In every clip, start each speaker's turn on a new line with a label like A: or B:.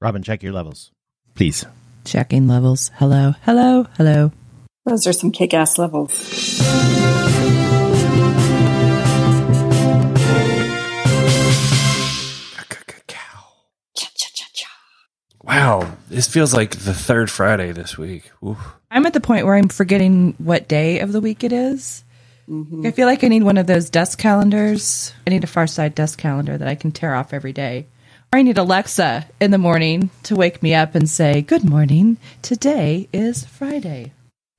A: Robin, check your levels.
B: Please.
C: Checking levels. Hello, hello, hello.
D: Those are some kick ass levels. Cha-cha-cha-cha.
E: Wow, this feels like the third Friday this week. Oof.
C: I'm at the point where I'm forgetting what day of the week it is.
D: Mm-hmm.
C: I feel like I need one of those desk calendars. I need a far side desk calendar that I can tear off every day. Or I need Alexa in the morning to wake me up and say, Good morning. Today is Friday.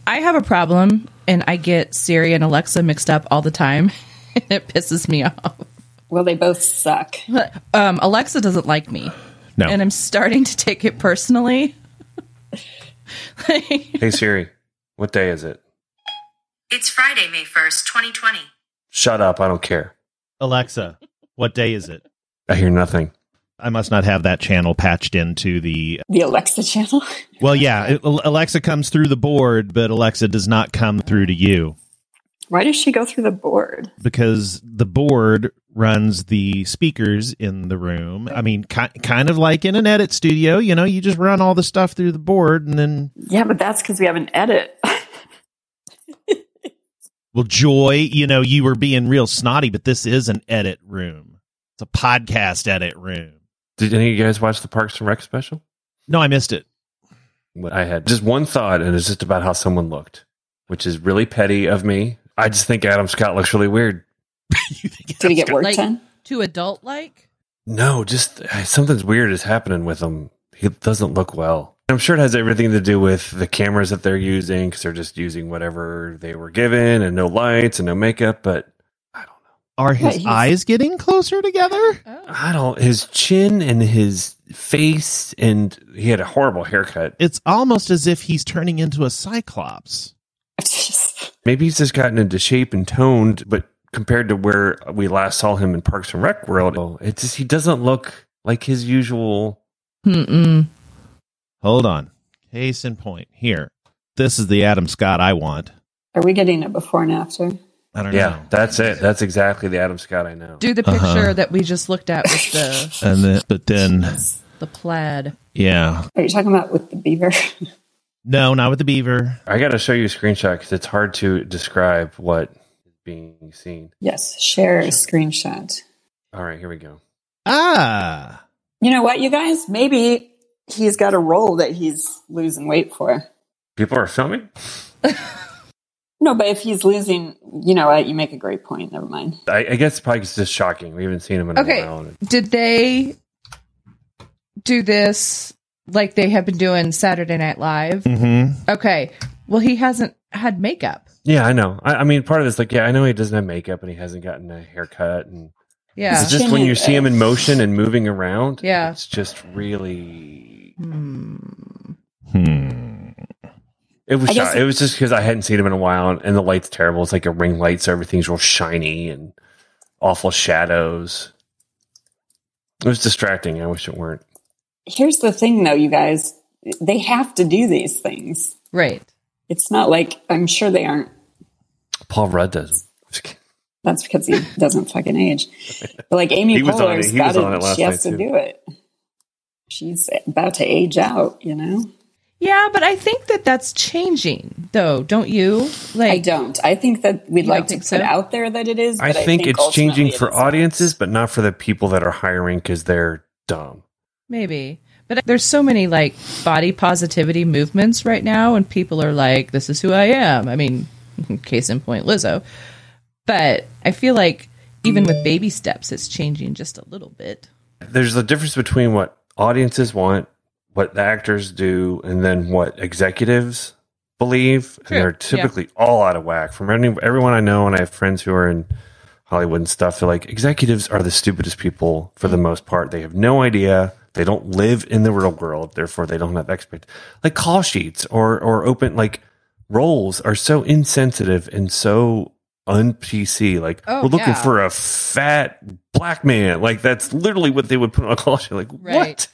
C: I have a problem and I get Siri and Alexa mixed up all the time. and it pisses me off.
D: Well, they both suck.
C: Um, Alexa doesn't like me.
B: No.
C: And I'm starting to take it personally. like,
E: Hey Siri, what day is it?
F: It's Friday, May 1st, 2020.
E: Shut up, I don't care.
A: Alexa, what day is it?
E: I hear nothing.
A: I must not have that channel patched into the.
D: The Alexa channel.
A: Well, yeah, it- Al- Alexa comes through the board, but Alexa does not come through to you
D: Why does she go through the board?
A: because the board runs the speakers in the room. I mean, ki- kind of like in an edit studio, you know, you just run all the stuff through the board and then,
D: Yeah, but that's because we have an edit.
A: well, Joy, you know, you were being real snotty, but this is an edit room. It's a podcast edit room.
E: Did any of you guys watch the Parks and Rec special?
A: No, I missed it.
E: What I had just one thought, and it's just about how someone looked, which is really petty of me. I just think Adam Scott looks really weird.
D: Did he get work
C: Like-
D: done?
C: too adult like?
E: No, just something's weird is happening with him. He doesn't look well. I'm sure it has everything to do with the cameras that they're using because they're just using whatever they were given and no lights and no makeup. But
A: Are
D: Yeah,
A: his
D: he's-
A: eyes getting closer together?
C: Oh.
E: I don't, his chin and his face, and he had a horrible haircut.
A: It's almost as if he's turning into a cyclops.
E: Maybe he's just gotten into shape and toned, but compared to where we last saw him in Parks and Rec World, it just he doesn't look like his usual.
C: Mm-mm.
A: Hold on. Case in point. Here. This is the Adam Scott I want.
D: Are we getting it before and after?
A: I don't
E: Yeah,
A: know.
E: that's it. That's exactly the Adam Scott I know.
C: Do the picture
A: Uh-huh.
C: that we just looked at with the
A: And then, but then,
C: the plaid.
A: yeah.
D: Are you talking about with the beaver?
A: No, not with the beaver.
E: I got to show you a screenshot because it's hard to describe what is being seen.
D: yes, share a screenshot.
E: All right, here we go.
A: Ah.
D: You know what, you guys? Maybe he's got a role that he's losing weight for.
E: People are filming.
D: No, but if he's losing, you know what? You make a great point. Never mind.
E: I, I guess probably it's just shocking. We haven't seen him in
C: Okay.
E: a while.
C: Did they do this like they have been doing Saturday Night Live?
A: Mm-hmm.
C: Okay. Well, he hasn't had makeup.
E: Yeah, I know. I, I mean, part of it's like, yeah, I know he doesn't have makeup and he hasn't gotten a haircut, and
C: Yeah.
E: it's just when you see him in motion and moving around.
C: Yeah.
E: it's just really.
C: Hmm.
A: Hmm.
E: It was.
D: I guess-
E: sho- it was just because I hadn't seen him in a while, and, and the light's terrible. It's like a ring light, so everything's real shiny and awful shadows. It was distracting. I wish it weren't.
D: Here's the thing, though, you guys. They have to do these things.
C: Right.
D: It's not like I'm sure they aren't.
E: Paul Rudd doesn't. Just kidding.
D: That's because he doesn't fucking age. But like Amy
E: He was on it.
D: Poehler's
E: He was
D: got
E: on it
D: to,
E: last
D: she has
E: night,
D: to
E: too.
D: do it. She's about to age out, you know?
C: Yeah, but I think that that's changing, though, don't you? Like,
D: I don't. I think that we'd
C: You
D: like
C: don't
D: to
C: think
D: put
C: so?
D: out there that it is.
E: I
D: but
E: think it's
D: ultimately
E: changing
D: it
E: for
D: is not.
E: audiences, but not for the people that are hiring because they're dumb.
C: Maybe. But there's so many like body positivity movements right now, and people are like, this is who I am. I mean, case in point, Lizzo. But I feel like even with baby steps, it's changing just a little bit.
E: There's a difference between what audiences want, what the actors do, and then what executives believe.
C: True.
E: And they're typically all out of whack. From any, everyone I know, and I have friends who are in Hollywood and stuff, they're like, executives are the stupidest people for the most part. They have no idea. They don't live in the real world, therefore they don't have expect like call sheets or or open like roles are so insensitive and so un PC. Like
C: Oh,
E: we're looking
C: yeah.
E: for a fat black man. Like that's literally what they would put on a call sheet. Like
C: Right.
E: what?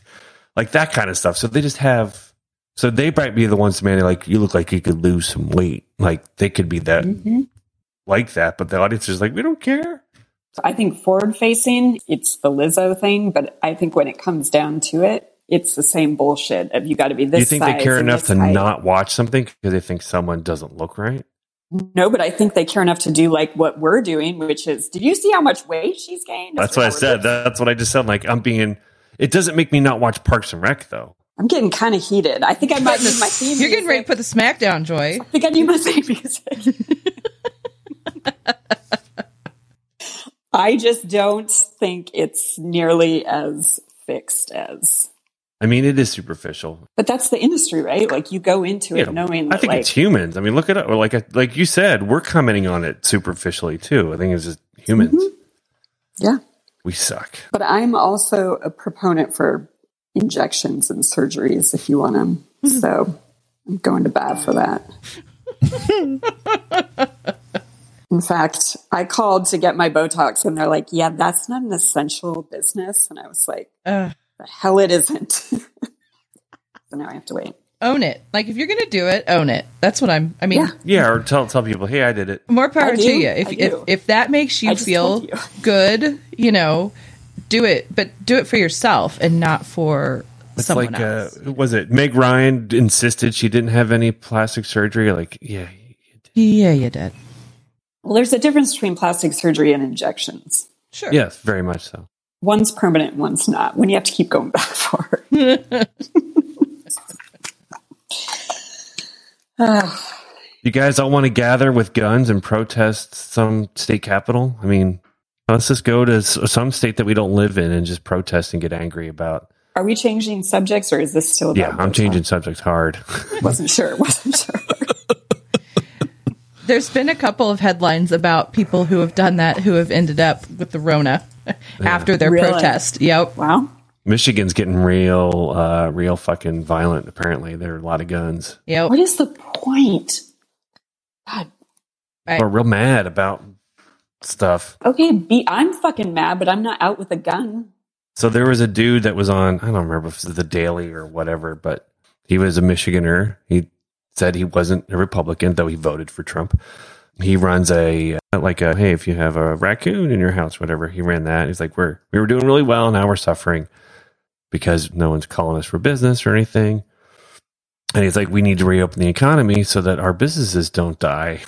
E: Like that kind of stuff. So they just have. So they might be the ones, man. Like you look like you could lose some weight. Like they could be that
D: Mhm.
E: like that, but the audience is like, we don't care.
D: I think forward facing, it's the Lizzo thing, but I think when it comes down to it, it's the same bullshit of you got to be
E: Do
D: this.
E: you think
D: size
E: they care
D: and
E: enough
D: this
E: to
D: height.
E: not watch something because they think someone doesn't look right?
D: No, but I think they care enough to do like what we're doing, which is, did you see how much weight she's gained?
E: That's what I said. That's what I just said. Like I'm being. It doesn't make me not watch Parks and Rec though.
D: I'm getting kind of heated. I think I might need my theme.
C: You're getting ready to
D: music.
C: put the smack down, Joy.
D: I think I need my theme music. I just don't think it's nearly as fixed as.
E: I mean, it is superficial.
D: But that's the industry, right? Like you go into it
E: Yeah,
D: knowing.
E: I
D: That,
E: think
D: like,
E: it's humans. I mean, look at it. Like like you said, we're commenting on it superficially too. I think it's just humans.
D: Yeah.
E: We suck.
D: But I'm also a proponent for injections and surgeries if you want them. So I'm going to bat for that. In fact, I called to get my Botox and they're like, yeah, that's not an essential business. And I was like,
C: Ugh.
D: the hell it isn't. so now I have to wait.
C: own it. Like if you're gonna do it, own it. That's what I'm. I mean,
D: Yeah.
E: Yeah, or tell tell people, hey, I did it.
C: more power to
D: I do.
C: you. If
D: I
C: if,
D: do.
C: if that makes you
D: I just
C: feel
D: told you.
C: good, you know, do it. But do it for yourself and not for
E: It's
C: someone
E: like uh,
C: else.
E: was it Meg Ryan insisted she didn't have any plastic surgery? Like, yeah,
C: yeah, you did.
D: Well, there's a difference between plastic surgery and injections.
C: Sure.
E: yes, very much so.
D: One's permanent, one's not. When you have to keep going back for it. Ah.
E: You guys all want to gather with guns and protest some state capital? I mean, let's just go to s- some state that we don't live in and just protest and get angry about.
D: Are we changing subjects or is this still about
E: Yeah, I'm changing subject hard.
D: Wasn't sure. Wasn't sure.
C: There's been a couple of headlines about people who have done that who have ended up with the Rona after their
D: Really?
C: protest. Yep.
D: Wow.
E: Michigan's getting real, uh, real fucking violent. Apparently, there are a lot of guns.
C: Yep.
D: What is the point? God.
C: Right.
E: People are real mad about stuff.
D: Okay, be I'm fucking mad, but I'm not out with a gun.
E: So there was a dude that was on, I don't remember if it was the Daily or whatever, but he was a Michiganer. He said he wasn't a Republican, though he voted for Trump. He runs a, like a, hey, if you have a raccoon in your house, whatever, he ran that. He's like, we're, we were doing really well. Now we're suffering because no one's calling us for business or anything. And he's like, we need to reopen the economy so that our businesses don't die.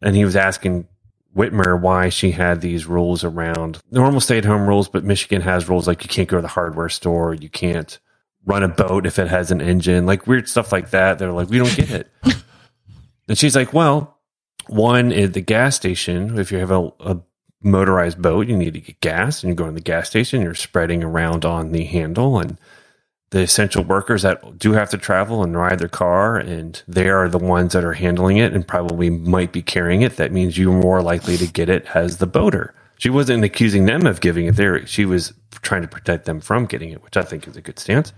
E: And he was asking Whitmer why she had these rules around normal stay at home rules, but Michigan has rules like you can't go to the hardware store, you can't run a boat if it has an engine, like weird stuff like that. They're like, we don't get it. and she's like, well, one at the gas station, if you have a, a motorized boat, you need to get gas and you go in the gas station, you're spreading around on the handle and the essential workers that do have to travel and ride their car, and they are the ones that are handling it and probably might be carrying it. That means you're more likely to get it as the boater. She wasn't accusing them of giving it there. She was trying to protect them from getting it, which I think is a good stance.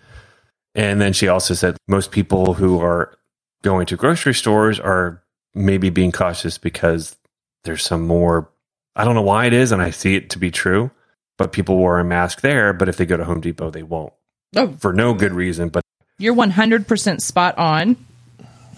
E: And then she also said most people who are going to grocery stores are maybe being cautious because there's some more, I don't know why it is, and I see it to be true, but people wear a mask there, but if they go to Home Depot, they won't
C: Oh,
E: for no good reason, but
C: you're 100% spot on,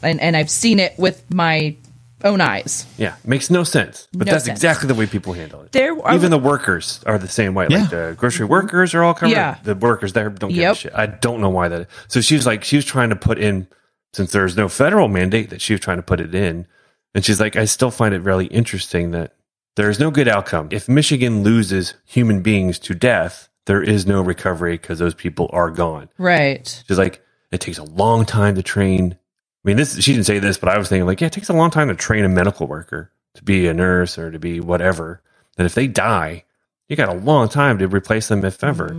C: and and I've seen it with my own eyes.
E: yeah, makes no sense. But
C: No
E: that's
C: sense.
E: exactly the way people handle it.
C: There are-
E: Even the workers are the same way.
A: Yeah.
E: Like the grocery workers are all covered.
C: Yeah.
E: The workers there don't give
C: Yep.
E: a shit. I don't know why that. So she was like, she was trying to put in, since there's no federal mandate that she was trying to put it in. And she's like, I still find it really interesting that there is no good outcome. If Michigan loses human beings to death, there is no recovery because those people are gone.
C: Right.
E: She's like, it takes a long time to train. I mean, this she didn't say this, but I was thinking like, yeah, it takes a long time to train a medical worker to be a nurse or to be whatever. And if they die, you got a long time to replace them if ever.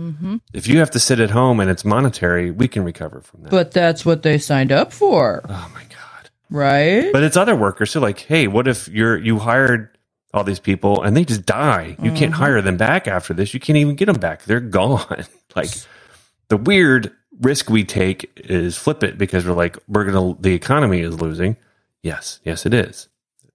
E: If you have to sit at home and it's monetary, we can recover from that.
C: But that's what they signed up for,
E: oh my god!
C: right?
E: But it's other workers. So like, hey, what if you're you hired all these people and they just die? You can't
C: Mm-hmm.
E: hire them back after this. You can't even get them back. They're gone. like the weird risk we take is flip it because we're like we're gonna the economy is losing yes yes it is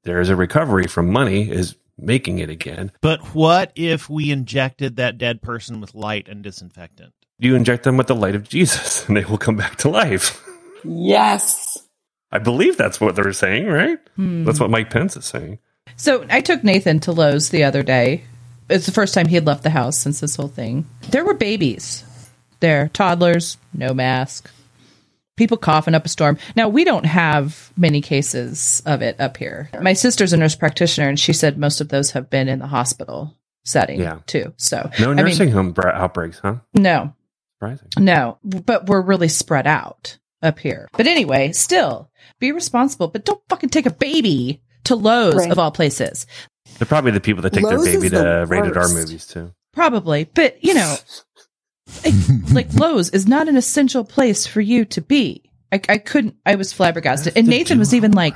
E: there is a recovery from money is making it again
A: But what if we injected that dead person with light and disinfectant?
E: you inject them with the light of jesus and they will come back to life
D: Yes.
E: i believe that's what they're saying right
C: Hmm.
E: that's what mike pence is saying
C: So I took Nathan to Lowe's the other day. It's the first time he had left the house since this whole thing. There were babies. there. Toddlers, no mask. People coughing up a storm. Now, we don't have many cases of it up here. My sister's a nurse practitioner, and she said most of those have been in the hospital setting,
E: Yeah.
C: too. So,
E: No
C: I mean-
E: nursing home bra- outbreaks, huh?
C: no,
E: Surprising.
C: no, but we're really spread out up here. But anyway, still be responsible, but don't fucking take a baby to Lowe's
D: Right.
C: of all places.
E: They're probably the people that take
D: Lowe's
E: their baby
D: is the
E: to rated R
D: worst.
E: movies too.
C: Probably, but you know, like, like Lowe's is not an essential place for you to be. I, I couldn't, I was flabbergasted. And Nathan was even like,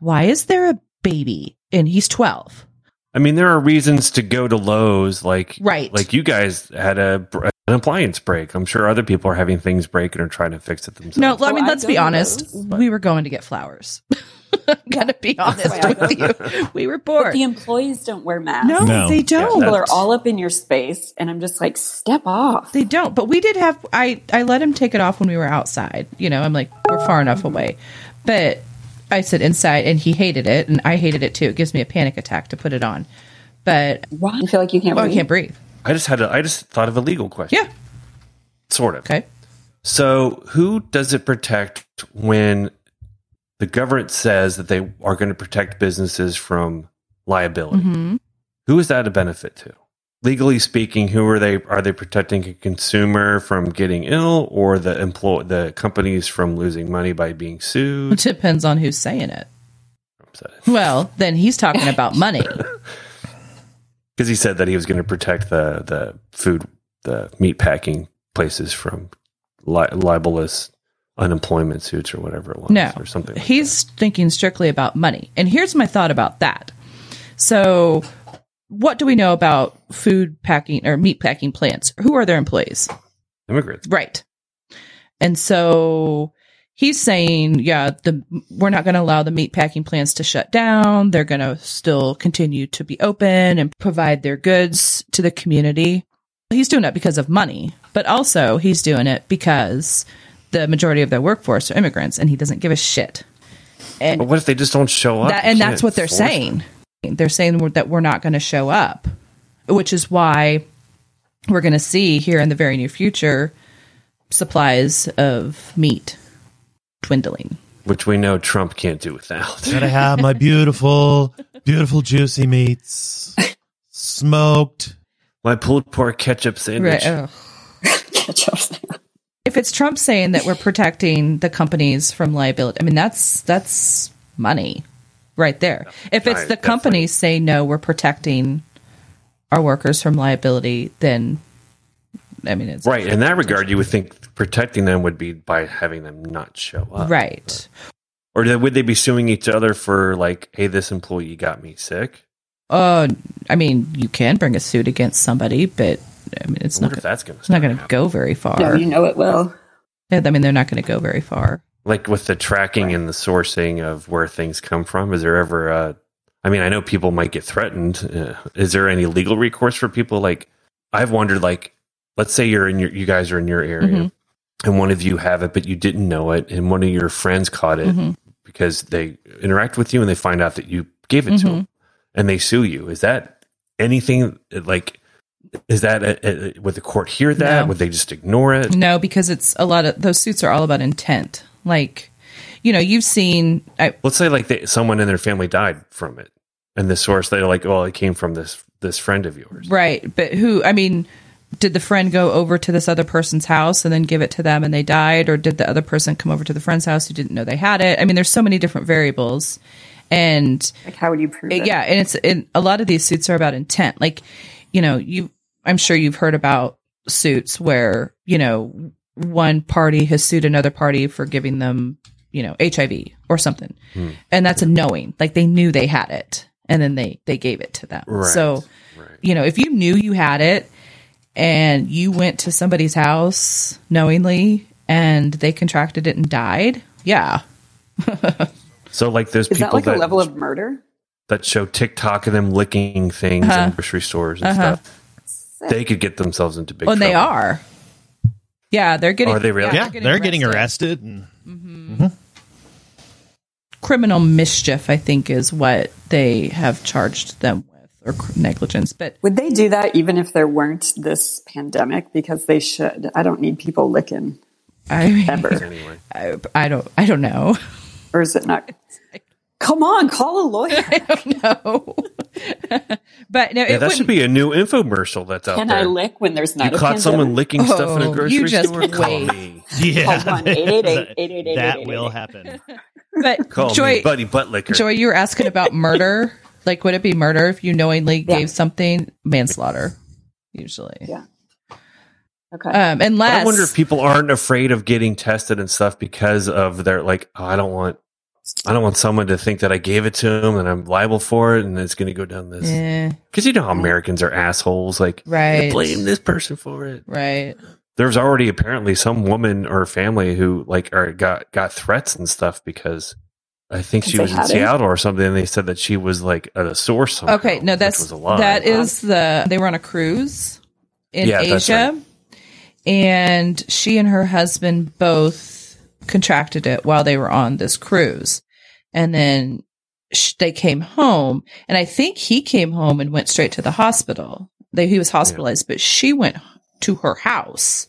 C: why is there a baby? And he's 12.
E: I mean, there are reasons to go to Lowe's, like
C: Right.
E: like you guys had a br- an appliance break. I'm sure other people are having things break and are trying to fix it themselves.
C: No, I
D: Well,
C: mean,
D: I
C: let's be
D: go to
C: honest.
D: Lowe's,
C: we were going to get flowers. I'm going to be honest
D: why I
C: with you. We were bored.
D: But the employees don't wear masks.
C: no,
A: No.
C: they
A: Yeah,
C: don't.
D: People are all up in your space, and I'm just like, step off.
C: They don't, but we did have. I I let him take it off when we were outside. You know, I'm like we're far enough away, but I said inside, and he hated it, and I hated it too. It gives me a panic attack to put it on, but
D: Why? You feel like you can't
C: oh, I
D: breathe?
C: can't breathe.
E: I just had a, I just thought of a legal question.
C: Yeah,
E: sort of.
C: okay.
E: So, who does it protect when the government says that they are going to protect businesses from liability? Who is that a benefit to? Legally speaking, who are they? Are they protecting a consumer from getting ill, or the employ the companies from losing money by being sued?
C: It depends on who's saying it.
E: Because
C: Well, then he's talking about money.
E: he said that he was going to protect the the food, the meat packing places from li- libelous unemployment suits or whatever it was,
C: No,
E: or something. like
C: He's thinking strictly about money, and here's my thought about that. So, what do we know about food packing or meat packing plants? Who are their employees?
E: that. immigrants.
C: Right. And so he's saying, yeah, the we're not going to allow the meat packing plants to shut down. They're going to still continue to be open and provide their goods to the community. He's doing it because of money, but also he's doing it because the majority of their workforce are immigrants and he doesn't give a shit.
E: But what if they just don't show up?
C: That,
E: You
C: and
E: can't
C: that's what they're
E: force
C: saying. They're saying we're- that we're not going to show up, which is why we're going to see here in the very near future supplies of meat dwindling.
E: them, Which we know Trump can't do without.
B: Gotta have my beautiful, beautiful juicy meats. Smoked.
E: My pulled pork ketchup sandwich.
C: oh.
D: Catch up.
C: If it's Trump saying that we're protecting the companies from liability, I mean that's that's money right there. If it's
E: Right,
C: the
E: definitely.
C: companies say no, we're protecting our workers from liability, then I mean it's
E: Right. In that regard, you would think protecting them would be by having them not show up.
C: right.
E: Or do- would they be suing each other for, like, hey, this employee got me sick?
C: Uh, I mean, you can bring a suit against somebody, but I mean, it's
E: I
C: not
E: wonder if
C: gonna,
E: that's going to
C: it's not going to go very far.
D: No, you know it will.
C: Yeah, I mean, they're not going to go very far.
E: Like, with the tracking and the sourcing of where things come from, is there ever a. I mean, I know people might get threatened. Uh, is there any legal recourse for people? Like, I've wondered, like, let's say you're in your, you guys are in your area.
C: Mhm.
E: and one of you have it but you didn't know it and one of your friends caught it
C: Mhm.
E: because they interact with you and they find out that you gave it to 'em to
C: Mhm.
E: them and they sue you is that anything like is that a, a, would the court hear that
C: No.
E: would they just ignore it
C: No, because it's a lot of those suits are all about intent. Like, you know, you've seen. I,
E: let's say like they, someone in their family died from it and the source they're like well it came from this this friend of yours
C: Right. But who, I mean, did the friend go over to this other person's house and then give it to them and they died? Or did the other person come over to the friend's house who didn't know they had it? I mean, there's so many different variables. And
D: Like, how would you prove it?
C: yeah. And it's and a lot of these suits are about intent. Like, you know, you, I'm sure you've heard about suits where, you know, one party has sued another party for giving them, you know, HIV or something.
E: Hmm.
C: And that's a knowing, like they knew they had it and then they, they gave it to them.
E: Right.
C: So,
E: right
C: you know, if you knew you had it and you went to somebody's house knowingly and they contracted it and died, yeah.
E: so like those
D: Is
E: people
D: that like
E: that,
D: a level of murder?
E: that show tiktok of them licking things
C: Uh-huh.
E: in grocery stores and stuff they could get themselves into big
C: Well, Oh, and they
E: trouble.
C: are. Yeah, they're getting.
E: Are they really?
A: Yeah, they're getting arrested. and-
C: Criminal mischief, I think, is what they have charged them with, or cr- negligence. But
D: Would they do that even if there weren't this pandemic? Because they should. I don't need people licking
C: I, mean,
D: ever.
E: Anyway,
C: I, I don't, I don't know.
D: or is it not? Come on, call a lawyer.
C: I don't know. but no,
E: yeah,
C: it
E: that
C: wouldn't.
E: should be a new infomercial that's out
D: Can
E: there.
D: I lick when there's not
E: you
D: a
E: caught
D: pandemic?
E: someone licking stuff in
C: Oh,
E: a
C: you
E: grocery
C: just
E: store? Call
C: wait.
E: me.
A: Yeah.
D: Call one, 888, 888,
A: that will happen.
C: but
E: Call me
C: Joy,
E: Buddy Butt Licker.
C: Joy, you were asking about murder. like, would it be murder if you knowingly
D: Yeah.
C: gave something manslaughter? Usually,
D: Yeah. Okay.
C: um,
E: But
C: unless
E: I wonder if people aren't afraid of getting tested and stuff because of their like, oh, I don't want, I don't want someone to think that I gave it to them and I'm liable for it and it's going to go down this.
C: Eh,
E: Because you know how Americans are assholes. Like,
C: right,
E: blame this person for it.
C: right.
E: There's already apparently some woman or family who like are, got got threats and stuff because I think she
D: They
E: was in
D: had it?
E: Seattle or something. and They said that she was like at a source. somehow,
C: Okay, no,
E: which
C: that's
E: was a lie.
C: that is the they were on a cruise in
E: Yeah, that's
C: Asia, and she and her husband both contracted it while they were on this cruise, and then sh- they came home, and I think he came home and went straight to the hospital. They, he was hospitalized, but she went to her house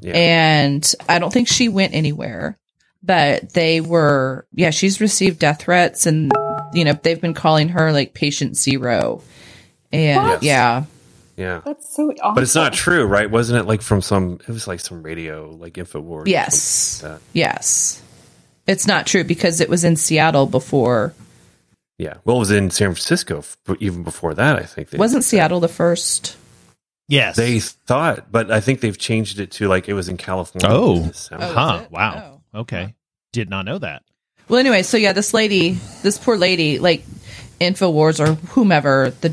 E: Yeah.
C: and I don't think she went anywhere. But they were, yeah, she's received death threats, and you know they've been calling her like patient zero, and
E: What?
C: yeah,
E: yeah.
D: That's so awful.
E: But it's not true, right? Wasn't it like from some? It was like some radio, like Infowars. or
C: yes,
E: something like that.
C: yes, it's not true because it was in Seattle before.
E: Yeah. Well, it was in San Francisco f- even before that. I think they,
C: Wasn't Seattle the first?
A: Yes.
E: they thought, but I think they've changed it to like it was in California.
A: Oh.
E: It sounds-
C: Oh.
A: huh.
C: it?
A: Wow. Okay. Did not know that.
C: Well, anyway, so yeah, this lady, this poor lady, like Infowars or whomever the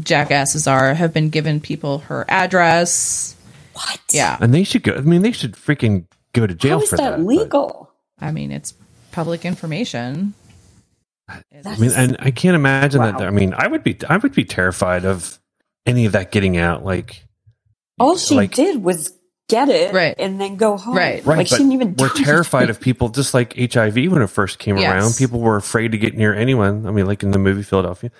C: jackasses are, have been giving people her address.
D: What?
C: Yeah,
E: And they should go. I mean, they should freaking go to jail
D: How is
E: for
D: that
E: but-
D: legal?
C: I mean, it's public information.
E: I mean, and I can't imagine that.
D: Wow.
E: I mean, I would be, I would be terrified of any of that getting out. Like,
D: All she
E: like-
D: did was get it
C: Right.
D: and then go home.
C: Right.
E: right?
D: Like she
E: but
D: didn't even.
E: we're
D: do
E: terrified of people, just like HIV when it first came
C: Yes.
E: around. People were afraid to get near anyone. I mean, like in the movie Philadelphia,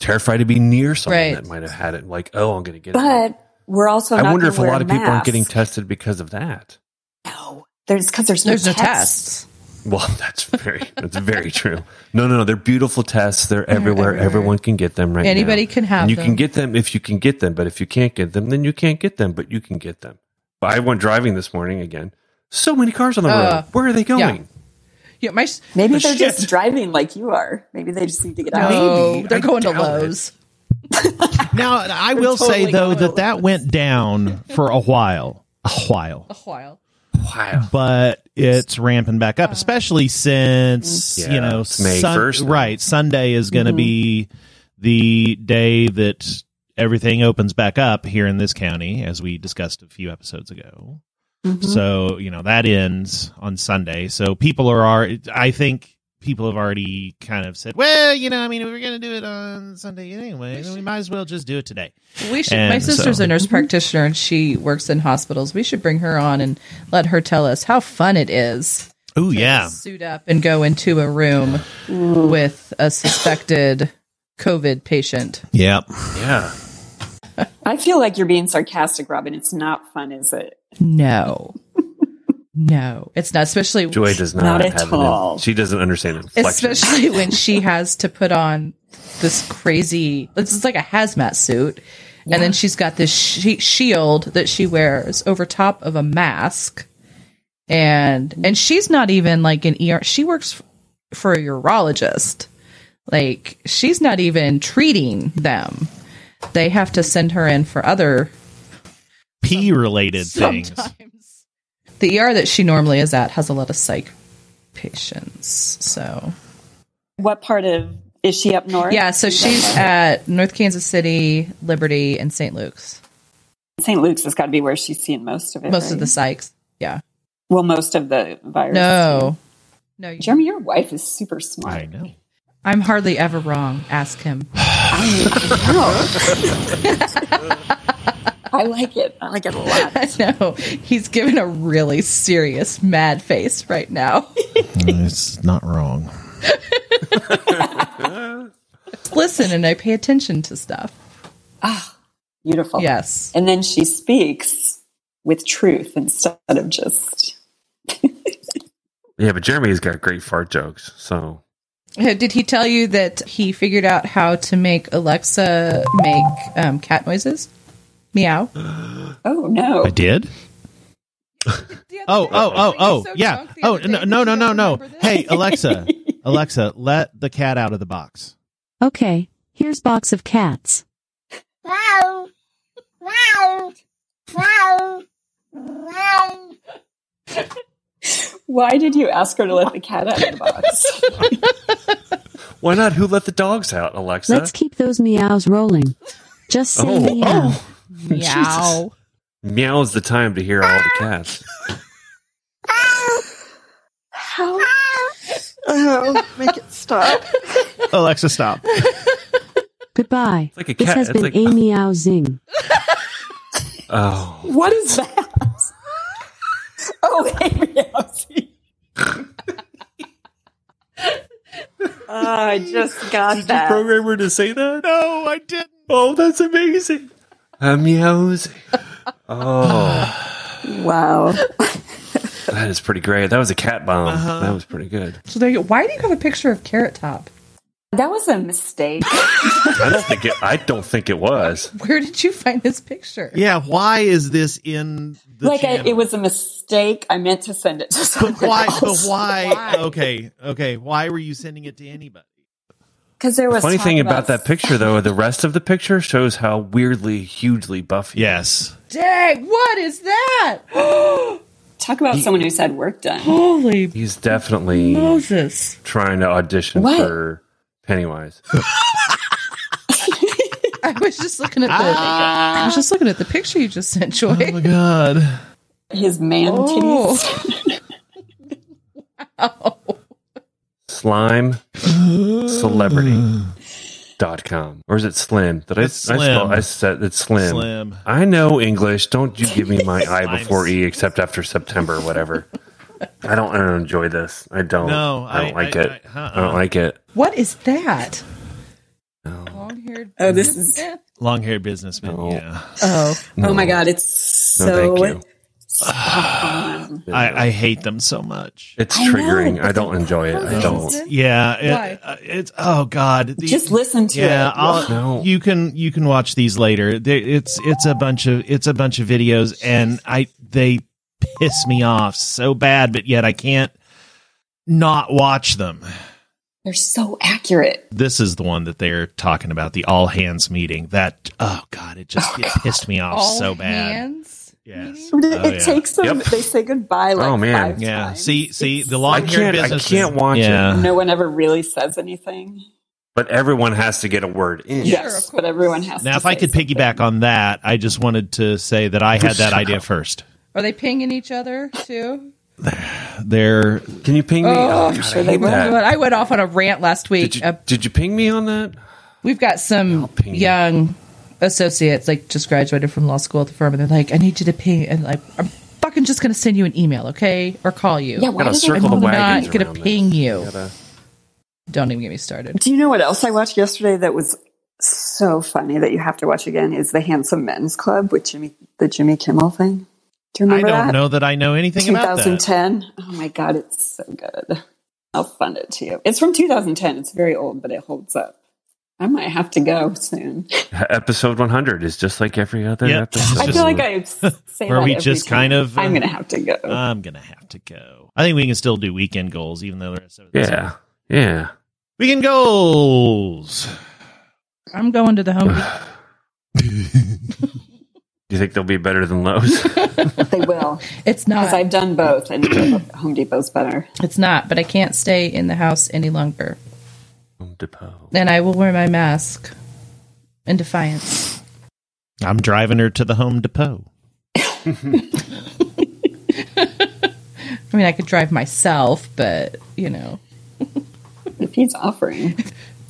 E: terrified to be near someone
C: Right.
E: that might have had it. Like, oh, I'm going to get it.
D: But we're also.
E: I
D: not
E: wonder
D: gonna
E: if a
D: wear
E: lot of people aren't getting
D: mask.
E: tested because of that.
D: No, there's because there's no
C: There's no
D: test.
C: tests.
E: Well, that's very that's very true. No, no, no. They're beautiful tests. They're everywhere.
C: everywhere.
E: Everyone can get them right now.
C: Anybody can have
E: And you
C: them.
E: can get them if you can get them, but if you can't get them, then you can't get them, but you can get them. But I went driving this morning again. So many cars on the
C: Uh,
E: road. Where are they
C: yeah.
E: going?
C: Yeah, my s-
D: Maybe they're
E: Shit.
D: just driving like you are. Maybe they just need to get out.
C: no,
E: Oh, Maybe.
C: oh, they're
E: I
C: going to
E: doubt it.
C: Lowe's.
A: Now, I will
D: totally
A: say though
D: going
A: that that went down for a while, a while,
C: A while.
E: Wow.
A: but it's ramping back up, especially since
E: uh, Yeah,
A: you know
E: it's May 1st now. Mm-hmm.
A: right? Sunday is going to be the day that everything opens back up here in this county, as we discussed a few episodes ago.
E: Mm-hmm.
A: So you know that ends on Sunday. So people are, are I think people have already kind of said, well, you know, I mean, we we're going to do it on Sunday anyway. Then we might as well just do it today.
C: We should.
A: And
C: my sister's
A: so-
C: a nurse practitioner and she works in hospitals. We should bring her on and let her tell us how fun it is.
A: Oh yeah,
C: to Suit up and go into a room with a suspected COVID patient.
A: yeah.
E: Yeah.
D: I feel like you're being sarcastic, Robin. It's not fun, is it?
C: No, no, it's not. Especially
E: Joy does not,
D: Not at
E: have an-
D: all.
E: she doesn't understand inflection.
C: especially when she has to put on this crazy this is like a hazmat suit and then she's got this she- shield that she wears over top of a mask and and she's not even like an ER she works f- for a urologist like she's not even treating them they have to send her in for other
A: pee related things.
C: sometimes the ER that she normally is at has a lot of psych patients so
D: What part of is she up north?
C: Yeah, so she's at North Kansas City, Liberty, and St. Luke's.
D: St. Luke's has got to be where she's seeing most of it.
C: Most of
D: right?
C: the psychs. Yeah.
D: Well, most of the virus.
C: No. No, you-
D: Jeremy, your wife is super smart.
A: I know.
C: I'm hardly ever wrong. Ask him.
D: I like it. I like it a lot.
C: no, he's giving a really serious mad face right now.
A: It's not wrong.
C: listen and I pay attention to stuff.
D: Beautiful.
C: Yes.
D: And then she speaks with truth instead of just.
E: Yeah, but Jeremy's got great fart jokes. So
C: Uh, Did he tell you that he figured out how to make Alexa make um, cat noises? Meow.
D: Oh no!
A: I did. Oh, oh, oh, oh, yeah. Oh, no, no, no, no, no. Hey, Alexa, Alexa, let the cat out of the box.
G: Okay, here's box of cats.
H: Wow. Wow. Wow. Wow.
D: Why did you ask her to let the cat out of the box?
E: why not? Who let the dogs out, Alexa?
G: Let's keep those meows rolling. Just say
E: Oh,
G: meow.
C: Meow.
E: Meow's the time to hear all the cats.
H: How?
I: Oh, make it stop.
A: Alexa, stop.
G: Goodbye.
E: like a
G: this
E: cat-
G: has
E: it's
G: been
E: like-
G: a meow zing.
E: Oh,
D: what is that? oh, hey, Rousey.
I: Oh, I just got that.
E: programmer to say that?
A: No, I didn't.
E: Oh, that's amazing. Uh, meows. Oh,
D: Wow.
E: that is pretty great. That was a cat bomb. That was pretty good.
C: So there you go. Why do you have a picture of Carrot Top?
D: That was a mistake.
E: I don't think it. I don't think it was.
C: Where did you find this picture?
A: Yeah, why is this in the
D: like, I,
A: channel?
D: it was a mistake. I meant to send it to someone
A: But why? But
D: else.
A: why? Okay, okay. Why were you sending it to anybody?
D: Because there
E: The
D: was
E: funny
D: talk
E: thing about that picture, though, the rest of the picture shows how weirdly, hugely Buffy.
A: Yes.
C: Dang, what is that?
D: Talk about someone who's had work done.
C: Holy
E: He's definitely
C: Moses.
E: trying to audition
D: What?
E: for Pennywise.
C: I was just looking at the
A: Ah.
C: I was just looking at the picture you just sent, Joy.
A: Oh my god.
D: His man
C: Oh.
D: titties.
E: Slime celebrity dot com or is it slim? Did I,
A: It's
E: I spell-
A: Slim.
E: I said it's slim.
A: Slim.
E: I know English. Don't you give me my I before
A: Slimes.
E: E except after September, whatever. I don't, I don't enjoy this. I don't.
A: No,
E: I don't
A: I-
E: like
A: I-
E: it.
A: I-
E: I,
A: uh-uh.
E: don't like it.
C: What is that?
E: No.
C: Long haired
D: Oh, this is.
A: Long haired businessman.
E: No.
A: Yeah.
C: Oh.
D: Oh my
E: No.
D: god! It's
E: No,
D: so.
E: thank you.
D: um,
A: I, I hate them so much.
E: It's
D: I know,
E: triggering.
D: it's
E: I don't enjoy it. I don't.
C: It's-
A: Yeah.
C: Why?
A: It, uh, it's oh god. The-
D: just listen to
A: yeah,
D: it.
A: I'll,
E: No.
A: you can you can watch these later. They- It's it's a bunch of it's a bunch of videos, and I they piss me off so bad, but yet I can't not watch them.
D: They're so accurate.
A: This is the one that they're talking about the all hands meeting. That oh god, it just it pissed me off
C: All
A: so bad.
C: hands?
A: Yes.
D: It,
A: Oh, yeah.
D: takes them.
E: Yep.
D: They say goodbye. Like
E: Oh, man.
D: five
A: Yeah.
D: times.
A: See, see, the
E: I
A: long hair
E: can't. I
A: business.
E: can't watch it.
A: Yeah.
D: no one ever really says anything.
E: But everyone has to get a word in.
C: Sure,
D: yes,
C: of
D: but
C: course.
D: everyone has.
A: Now,
D: to
A: if I
D: say
A: could piggyback on that, I just wanted to say that I had that idea first.
C: Are they pinging each other too?
A: There,
E: Can you ping me?
D: Oh,
E: Oh,
D: I'm
E: God,
D: sure
E: I
D: they
E: hate
D: will.
E: that.
C: But I went off on a rant last week.
E: Did you,
C: Uh,
E: did you ping me on that?
C: we've got some
E: ping you.
C: young associates like just graduated from law school at the firm, and they're like, "I need you to ping," and like, "I'm fucking just going to send you an email, okay, or call you.
D: Yeah, why
E: Gotta
D: do they-
E: circle the
C: I'm not
E: wagons.
C: gonna
E: around
C: ping
E: this.
C: you.
E: Gotta-
C: Don't even get me started."
D: Do you know what else I watched yesterday that was so funny that you have to watch again? Is the Handsome Men's Club with Jimmy the Jimmy Kimmel thing? Do you
A: I
D: remember
A: don't
D: that?
A: know that I know anything about that.
D: 2010. Oh my god, it's so good. I'll fund it to you. It's from 2010. It's very old, but it holds up. I might have to go soon.
E: Uh, episode 100 is just like every other
A: Yep.
E: episode.
D: I feel like I say
A: Were
D: that
A: we
D: every
A: just
D: time.
A: kind of, uh,
D: I'm gonna have to go.
A: I'm gonna have to go. I think we can still do weekend goals, even though the rest of it's-
E: Yeah. Yeah.
A: weekend goals.
C: I'm going to the home. Depot.
E: Do you think they'll be better than Lowe's?
D: they will
C: It's
D: because
C: not.
D: I've done both, and Home Depot's better.
C: It's not. But I can't stay in the house any longer,
E: Home Depot.
C: and I will wear my mask in defiance.
A: I'm driving her to the Home Depot.
C: I mean, I could drive myself, but you know,
D: If he's offering,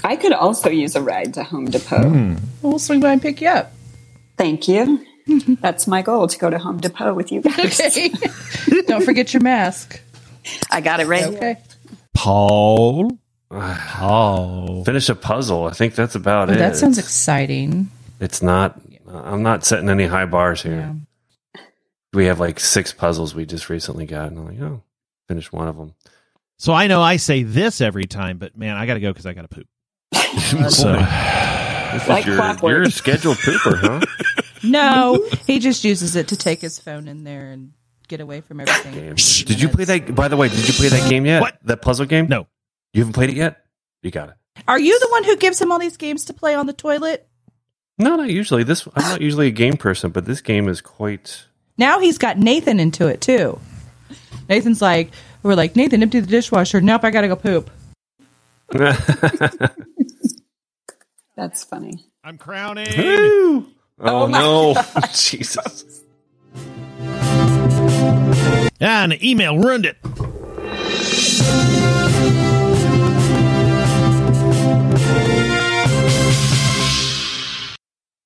D: I could also use a ride to Home Depot.
C: we'll swing by and pick you up.
D: Thank you. That's my goal to go to Home Depot with you guys.
C: Okay. Don't forget your mask.
D: I got it right.
C: Okay.
A: Paul, Oh,
E: Finish a puzzle. I think that's about
C: Oh,
E: it.
C: that sounds exciting.
E: It's not. I'm not setting any high bars here.
C: Yeah.
E: We have like six puzzles we just recently got, and I'm like, oh, finish one of them.
A: so I know I say this every time, but man, I gotta go because I gotta poop.
D: Oh,
A: so
E: This
I: Like
E: is your,
I: clockwork.
E: you're a scheduled pooper, huh?
C: No, he just uses it to take his phone in there and get away from everything.
E: Damn.
C: for a few
E: Did you play
C: minutes.
E: that? By the way, did you play that game yet?
A: What?
E: That puzzle game?
A: No.
E: You haven't played it yet. You got it.
C: Are you the one who gives him all these games to play on the toilet?
E: No, not usually. This I'm not usually a game person, but this game is quite.
C: Now he's got Nathan into it too. Nathan's like, we're like, Nathan, empty the dishwasher. Nope, I gotta go poop.
D: That's funny.
A: I'm crowning.
E: Woo! Oh,
I: my
E: no, Jesus!
A: Ah, and the email ruined it.